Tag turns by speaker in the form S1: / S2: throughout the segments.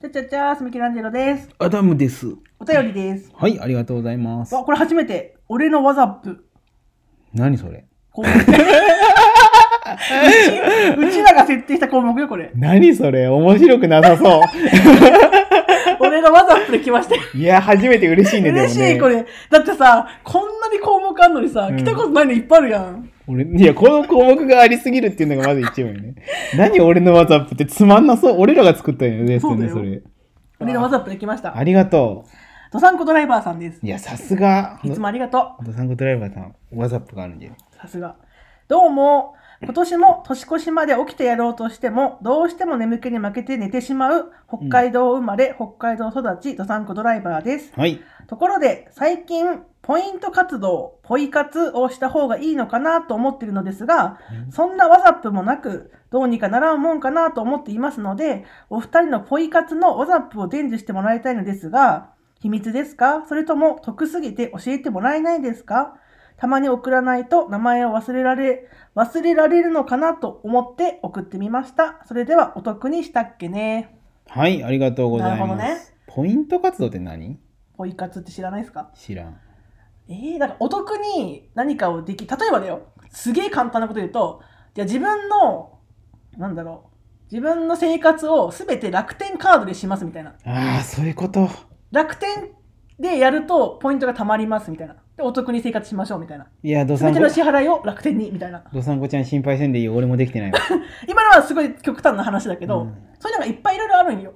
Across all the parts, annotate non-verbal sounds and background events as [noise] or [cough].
S1: ちゃちゃちゃー、すみきランジェロです。
S2: アダムです。
S1: お便りです。
S2: はい、ありがとうございます。
S1: わ、これ初めて。俺のワザップ。
S2: 何それ
S1: 項目うちうちらが設定した項目よ、これ。
S2: 何それ面白くなさそ
S1: [laughs] 俺のワザップで来ましたよ。
S2: う。いや、初めて嬉しい
S1: [laughs]
S2: ね、
S1: 嬉し
S2: でもね。
S1: い、これ。だってさ、こんなに項目あんのにさ、
S2: うん
S1: 来たことないのいっぱいあるやん。
S2: 俺、いや、この項目がありすぎるっていうのがまず一番よね。何俺のワザップってつまんなそう。俺らが作ったよね、ですよね、
S1: そ
S2: そう
S1: だ
S2: れ。
S1: 俺のワザップで来ました。
S2: ありがと
S1: ドサンコドライバーさんです
S2: う。。いや、さすが。
S1: いつもありがと
S2: ドサンコドライバーさん、ワザップがあるんで。
S1: う。さすが。どうも。今年も年越しまで起きてやろうとしても、どうしても眠気に負けて寝てしまう、北海道生まれ、北海道育ち、ドサンコドライバーです。
S2: はい。
S1: ところで最近ポイント活動ポイ活をした方がいいのかなと思っているのですがそんなワザップもなくどうにかならんもんかなと思っていますのでお二人のポイ活のワザップを伝授してもらいたいのですが秘密ですかそれとも得すぎて教えてもらえないですかたまに送らないと名前を忘れられ忘れられるのかなと思って送ってみましたそれではお得にしたっけね
S2: はい、ありがとうございます。
S1: なるほどね
S2: ポイント活動って何
S1: ポイ活って知らないですか
S2: 知らん。
S1: えー、なんかお得に何かをでき例えばだよすげえ簡単なこと言うとじゃあ自分のなんだろう自分の生活を全て楽天カードでしますみたいな
S2: ああ、そういうこと。
S1: 楽天でやるとポイントが貯まりますみたいなでお得に生活しましょうみたいない
S2: や、ドサ
S1: 全
S2: ン
S1: て
S2: コ
S1: の、支払いを楽天にみたいな
S2: ドサンコちゃん心配せんでいいよ。俺もできてないわ。
S1: 今のはすごい極端な話だけど、
S2: うん
S1: そういうのがいっぱいいろいろあるんよ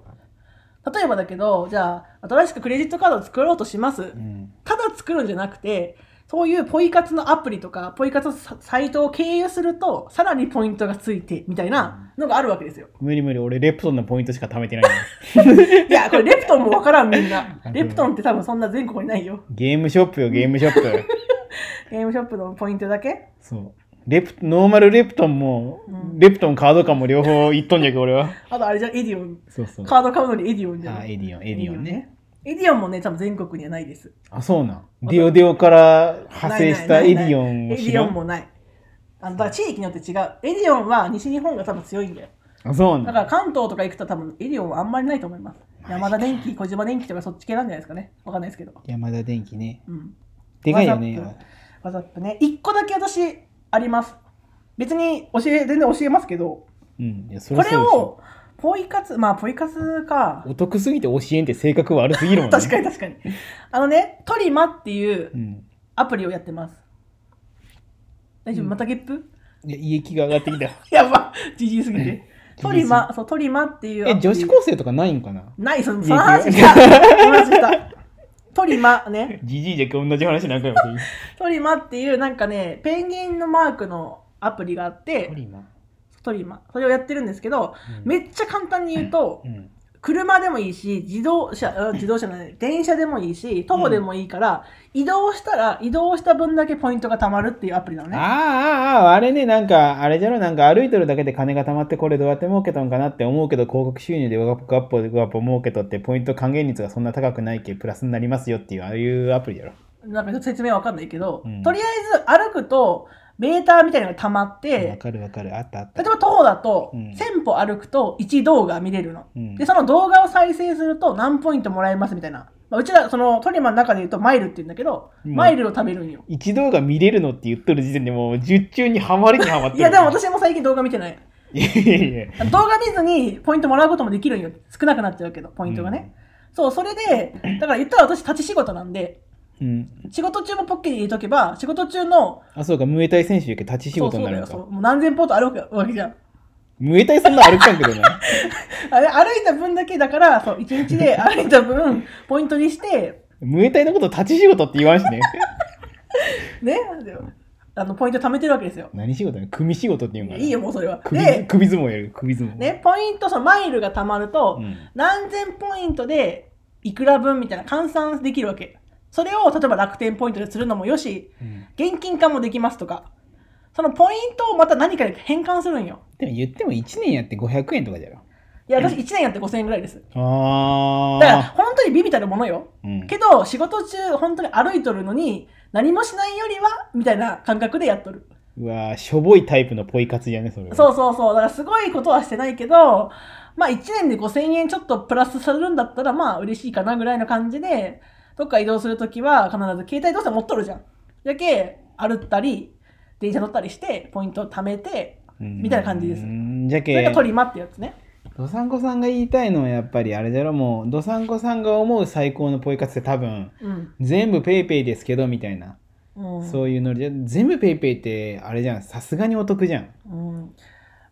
S1: 例えばだけどじゃあ新しくクレジットカードを作ろうとします、
S2: うん。
S1: ただ作るんじゃなくてそういうポイ活のアプリとかポイ活のササイトを経由するとさらにポイントがついてみたいなのがあるわけですよ。
S2: 無理無理、俺レプトンのポ [laughs] イントしか貯めてない。
S1: いやこれレプトンもわからんみんな
S2: [laughs] ほ。ど
S1: レプトンって多分そんな全国にないよ。
S2: ゲームショップよ、ゲームショ
S1: [laughs]
S2: ップ。
S1: ゲームショップのポイントだけ
S2: そう。レプ、ノーマルレプトンも、
S1: うん
S2: レプトンカードかも両方いっとんじゃけ、俺は。
S1: あとあれじゃんエディオン。
S2: そうそう。
S1: カード買うのにエディオンじゃ
S2: あ、
S1: ん。
S2: エディオン、エディオンね。。
S1: エディオンもね多分全国にはないです。
S2: あ、そうなん。ディオディオから派生した
S1: ない
S2: エ
S1: ないない
S2: ディオン
S1: エデ
S2: を知
S1: ィ
S2: ら
S1: オン
S2: ん。
S1: もない。あのだから地域によって違う。エディオンは西日本が多分強いんだよ。
S2: あ、そう
S1: だか
S2: な
S1: ら
S2: ん。
S1: 関東とか行くと多分エディオンはあんまりないと思います。
S2: マジか
S1: 山田電機、小島電機とかそっち系なんじゃないですかね。わかんないですけど。
S2: 山田電機ね。
S1: うん。
S2: でかいよね。
S1: ワザップワザップね。一個だけ私あります。別に教え、全然教えますけど、
S2: うん。いや、そ
S1: こ
S2: りゃそうでし
S1: れ
S2: ょ。
S1: をポイ活、まあポイ活か。
S2: お得すぎて教えんって性格悪すぎるもんね。
S1: 確かに確かに。あのね、トリマっていう
S2: うん。
S1: アプリをやってます。大丈夫
S2: うん
S1: またゲップ [laughs]
S2: いや、胃液が上がってきた。
S1: やば、じじいすぎて。
S2: すぎ
S1: トリマ、そう、トリマっていうア
S2: [laughs]
S1: プ
S2: え、
S1: リ。
S2: 女子高生とかないんかな
S1: ない、その
S2: い
S1: そ
S2: い
S1: の
S2: で
S1: 話
S2: すよ
S1: した。その話した。トリマね。
S2: [laughs] じじいじゃけ同じ話何回もする。
S1: トリマっていうなんかねペンギンのマークのアプリがあって
S2: トリマ。
S1: トリマそれをやってるんですけど
S2: うん
S1: めっちゃ簡単に言うと
S2: うん。
S1: 車でもいいし自動車あ自動車じゃない電車でもいいし徒歩でもいいから、移動したら移動した分だけポイントが貯まるっていうアプリなの
S2: あ
S1: ね
S2: ああああれねなんかあれじゃろなんか歩いてるだけで金が貯まってこれどうやって儲けたんかなって思うけど広告収入でワップアップワップ儲けとってポイント還元率がそんな高くないけプラスになりますよっていうああいうアプリだろ
S1: なんか説明は分かんないけど、
S2: うん
S1: とりあえず歩くとメーターみたいなのが貯まっ
S2: わ
S1: て
S2: かるわかるあったあっ
S1: 例
S2: た
S1: えば徒歩だと、
S2: うん
S1: 1000歩歩くと1動画見れるの。
S2: うん
S1: で、その動画を再生すると何ポイントもらえますみたいな。まあ、うちら、そのトリマーの中で言うとマイルって言うんだけど、
S2: うん
S1: マイルを食べるんよ。
S2: 一動画見れるのって言っとる時点でもう十中にハマりにハマっ
S1: い
S2: てる
S1: や、でも私も最近動画見てない。
S2: いやいやいや
S1: 動画見ずにポイントもらうこともできるんよ。少なくなっちゃうけど、ポイントがね。そう、それで、だから言ったら私立ち仕事なんで、
S2: うん
S1: 仕事中もポッケに入れとけば、仕事中の、
S2: あそうかムエタイ選手やけ立ち仕事になるの
S1: そうそうだよそ
S2: か
S1: うもう何千歩と歩くわけじゃん。
S2: ムエタイそんな歩かんけど [laughs] な
S1: あれ歩いた分だけだから、そう、1日
S2: [laughs]
S1: で歩いた分、ポイントにして、
S2: ムエタイのこと立ち仕事って言わんしね
S1: ねであのポイント貯めてるわけですよ。
S2: 何仕事や組仕事って言うんかない
S1: いよ、もうそれは。
S2: 首
S1: で、
S2: 首相撲やる首相撲
S1: ね、ポイント、そのマイルが貯まると、
S2: うん
S1: 何千ポイントでいくら分みたいな換算できるわけ。それを例えば楽天ポイントでするのもよし、
S2: うん
S1: 現金化もできますとか、そのポイントをまた何かに変換するんよ。
S2: でも言っても1年やって500円とかじゃろ。
S1: いや、私1年やって5000円ぐらいです。
S2: あ
S1: だから、本当にビビたるものよ。
S2: うん、
S1: けど、仕事中、本当に歩いとるのに、何もしないよりは、みたいな感覚でやっとる。
S2: うわーしょぼいタイプのポイ活じゃね、それは。
S1: そうそうそう。だからすごいことはしてないけど、まあ1年で5000円ちょっとプラスされるんだったら、まあ嬉しいかなぐらいの感じで、どっか移動するときは必ず携帯どうせ持っとるじゃん。だけ歩ったり、電車乗ったりして、ポイントを貯めて、
S2: うん
S1: みたいな感じです
S2: うんじゃ
S1: それ
S2: け
S1: がトリマってやつね。
S2: どさんこさんが言いたいのはやっぱりあれだろもうどさんこさんが思う最高のポイ活って多分
S1: うん。
S2: 全部ペイペイですけどみたいな、
S1: うん、
S2: そういうノリで全部ペイペイってあれじゃんさすがにお得じゃん
S1: うん。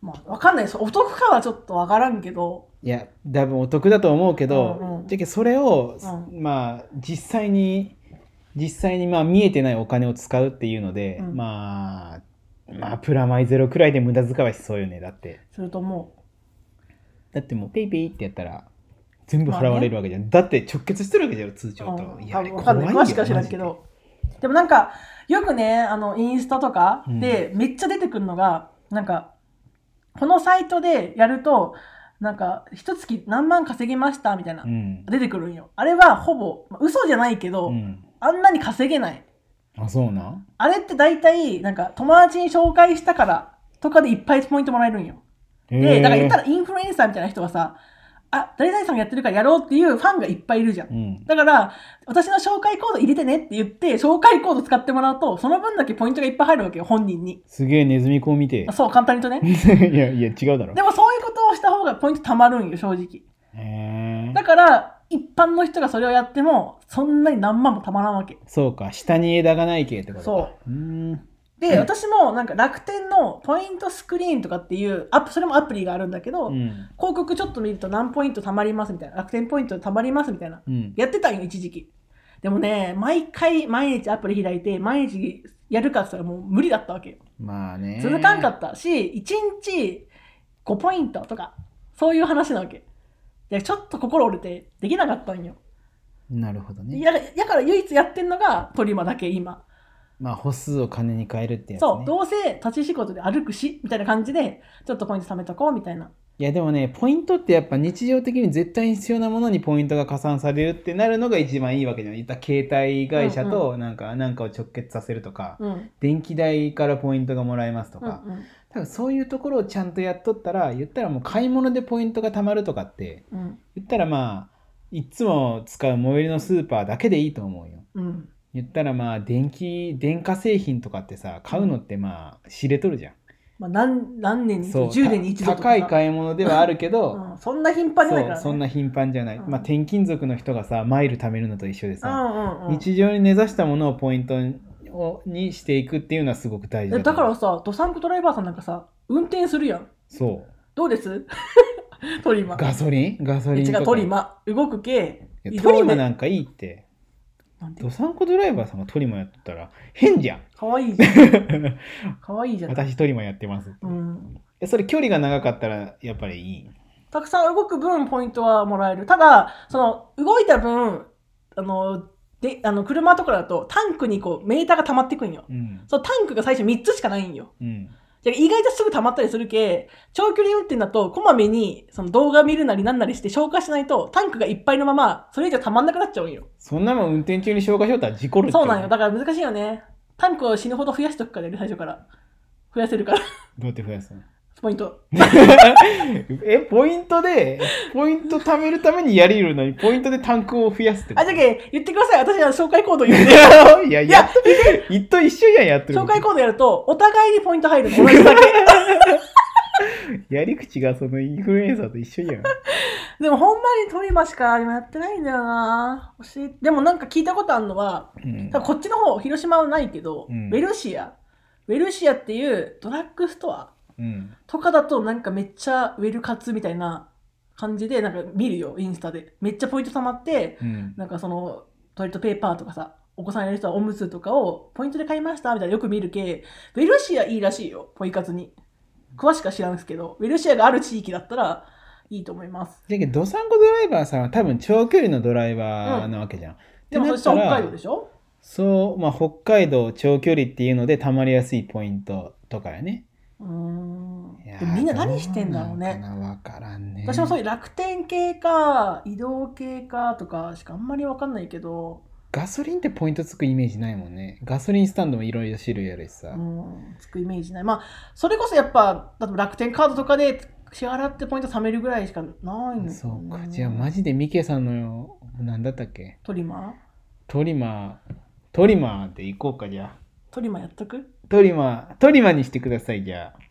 S1: まあわかんないです。お得かはちょっとわからんけど、
S2: いや多分お得だと思うけど、
S1: うんうん
S2: じゃけそれを、
S1: う
S2: まあ実際に実際にまあ見えてないお金を使うっていうので、
S1: うん
S2: まあまあプラマイゼロくらいで無駄遣いしそうよねだって
S1: すると思
S2: だってもうペイペイってやったら全部払われるわけじゃん、だって直結してるわけじゃん通
S1: う。
S2: 帳と、
S1: うん
S2: いや
S1: 多
S2: あれ
S1: 分わかんない。
S2: 怖
S1: 詳
S2: い
S1: し
S2: よ
S1: くは知らんけど。でもなんか、よくね、あの、インスタとかで、めっちゃ出てくるのが、なんか、このサイトでやると、なんか、一月何万稼ぎましたみたいな
S2: マジ、でうん、
S1: 出てくるんよ。あれはほぼ、まあ嘘じゃないけど、
S2: うん、
S1: あんなに稼げない。
S2: あそうなん
S1: あれって大体、なんか、友達に紹介したからとかでいっぱいポイントもらえるんよ。
S2: へ
S1: で、
S2: え
S1: だから言ったらインフルエンサーみたいな人がさ、あ、誰々さんがやってるからやろうっていうファンがいっぱいいるじゃん
S2: う。ん
S1: だから、私の紹介コード入れてねって言って、紹介コード使ってもらうと、その分だけポイントがいっぱい入るわけよ、本人に。
S2: すげえネズミ子を
S1: [laughs]
S2: 見て
S1: そう、簡単に言うとね。
S2: いやいや違うだろ
S1: でもそういうことをした方がポイント貯まるんよ、正直。
S2: へえ
S1: だから、一般の人がそれをやっても、そんなに何万も貯まらんわけ。
S2: そうか下に枝がない系ってことか
S1: そう
S2: うーん
S1: で、私もなんか楽天のポイントスクリーンとかっていう、アップ、それもアプリがあるんだけど、
S2: うん
S1: 広告ちょっと見ると何ポイント貯まりますみたいな、楽天ポイント貯まりますみたいな。
S2: うん
S1: やってたんよ、一時期。でもね、毎回、毎日アプリ開いて、毎日やるかって言ったらもう無理だったわけよ。
S2: まあね
S1: 続かんかったし、1日5ポイントとか、そういう話なわけ。で、ちょっと心折れて、できなかったんよ。
S2: なるほどね
S1: ややから唯一やってんのがトリマだけ、今。
S2: まあ歩数を金に変えるってやつね
S1: そう、どうせ立ち仕事で歩くし、みたいな感じで、ちょっとポイント貯めとこう、みたいな。
S2: いやでもねポイントってやっぱ日常的に絶対に必要なものにポイントが加算されるってなるのが一番いいわけじゃないったら携帯会社となんかなんかを直結させるとか、
S1: うん。
S2: 電気代からポイントがもらえますと
S1: う
S2: か、
S1: んうん
S2: 多分そういうところをちゃんとやっとったら言ったらもう買い物でポイントが貯まるとかって
S1: うん
S2: 言ったらまあいっつも使う最寄りのスーパーだけでいいと思うよ
S1: うん
S2: 言ったらまあ電気電化製品とかってさ買うのってまあ知れとるじゃん、
S1: まあ、何何年に一
S2: そ
S1: 度
S2: う
S1: ?10 年に一度
S2: た
S1: とか
S2: 高
S1: さ
S2: い買い物ではあるけど、
S1: うん、そんな頻繁じゃないから、
S2: そ
S1: ね、
S2: うそんな頻繁じゃない、
S1: うん
S2: まあ転勤族の人がさマイル貯めるのと一緒でさ、
S1: うんうんうん、
S2: 日常に根ざしたものをポイントをにしていくっていうのはすごく大事だ
S1: え
S2: と
S1: だ
S2: 思
S1: か
S2: う
S1: らさ、ドサンコドライバーさんなんかさ、運転するやん。
S2: そう
S1: どうです [laughs] トリマ。
S2: ガソリンガソ
S1: え
S2: リ
S1: 違
S2: ンとか
S1: う、トリマ。動く系。
S2: いやトリマ
S1: な
S2: なんかいいって
S1: んて
S2: ドサンコドライバーさんがトリマやったら変
S1: [laughs]
S2: じゃん
S1: かわいいじゃ
S2: [laughs]
S1: ん。かわいいじゃん。
S2: 私トリマやってますって、
S1: う
S2: い
S1: ん、
S2: やそれ距離が長かったらやっぱりいい
S1: たくさん動く分、ポイントはもらえる。ただ、その、動いた分、あの、であの車とかだと、タンクにこう、メーターが溜まってくんよ。
S2: うん
S1: そう、タンクが最初3つしかないんよ。
S2: うん
S1: じゃあ意外とすぐ溜まったりするけ、長距離運転だと、こまめに、その動画見るなりなんなりして消化しないと、タンクがいっぱいのまま、それ以上溜まんなくなっちゃうんよ。
S2: そんなもん運転中に消化しよったら事故るって
S1: そうなんよ。だから難しいよね。タンクを死ぬほど増やしとくからね、最初から。増やせるから、 [laughs]
S2: どうやって増やすの
S1: ポイント。
S2: えポイントでポイント貯めるためにやりるのにポイントでタンクを増やすってこ
S1: あ、
S2: と
S1: じゃけ、言ってください。私は紹介コード言う
S2: [laughs]
S1: て。
S2: いやい
S1: いや
S2: や、一と一緒やんやってる
S1: 紹
S2: こと
S1: 介コードやると、お互いにポイント入るの。同
S2: [laughs]
S1: じだけ。
S2: やり口がそのインフルエンサーと一緒
S1: [laughs]
S2: やん
S1: でも、ほんまにトリマしか今やってないんだよな教えてでもなんか聞いたことあるのは、
S2: うん
S1: 多分こっちの方広島はないけど、
S2: うん
S1: ウェルシアウェルシアっていうドラッグストア
S2: うん
S1: とかだとなんかめっちゃウェル活みたいな感じでなんか見るよインスタでめっちゃポイント貯まって
S2: うん
S1: なんかそのトイレットペーパーとかさお子さんやる人はおむつとかをポイントで買いましたみたいなよく見るけウェルシアいいらしいよポイ活に詳しくは知らんすけどウェルシアがある地域だったらいいと思います
S2: だけど、ドサンコドライバーさんは多分長距離のドライバーなわけじゃん。
S1: でもそれ
S2: って
S1: 北
S2: なったら
S1: 海道でしょ
S2: そう、まあ、北海道長距離っていうのでたまりやすいポイントとかやね。
S1: うーん
S2: いや
S1: でもみんな何してんだろうね
S2: どなんかなわからんね。
S1: 私もそう
S2: い
S1: いう楽天系か移動系かとかしかあんまり分かんないけど
S2: ガソリンってポイントつくイメージないもんね。ガソリンスタンドもいろいろ種類あるしさ。
S1: うん、つくイメージない。まあ、それこそやっぱ、だって楽天カードとかで支払ってポイント貯めるぐらいしかないんです
S2: そうか。じゃあマジでミケさんの、なんだったっけ
S1: トリマー
S2: トリマー、トリマーで行こうか、じゃあ。
S1: トリマーやっとく
S2: トリマー、トリマーにしてください、じゃあ。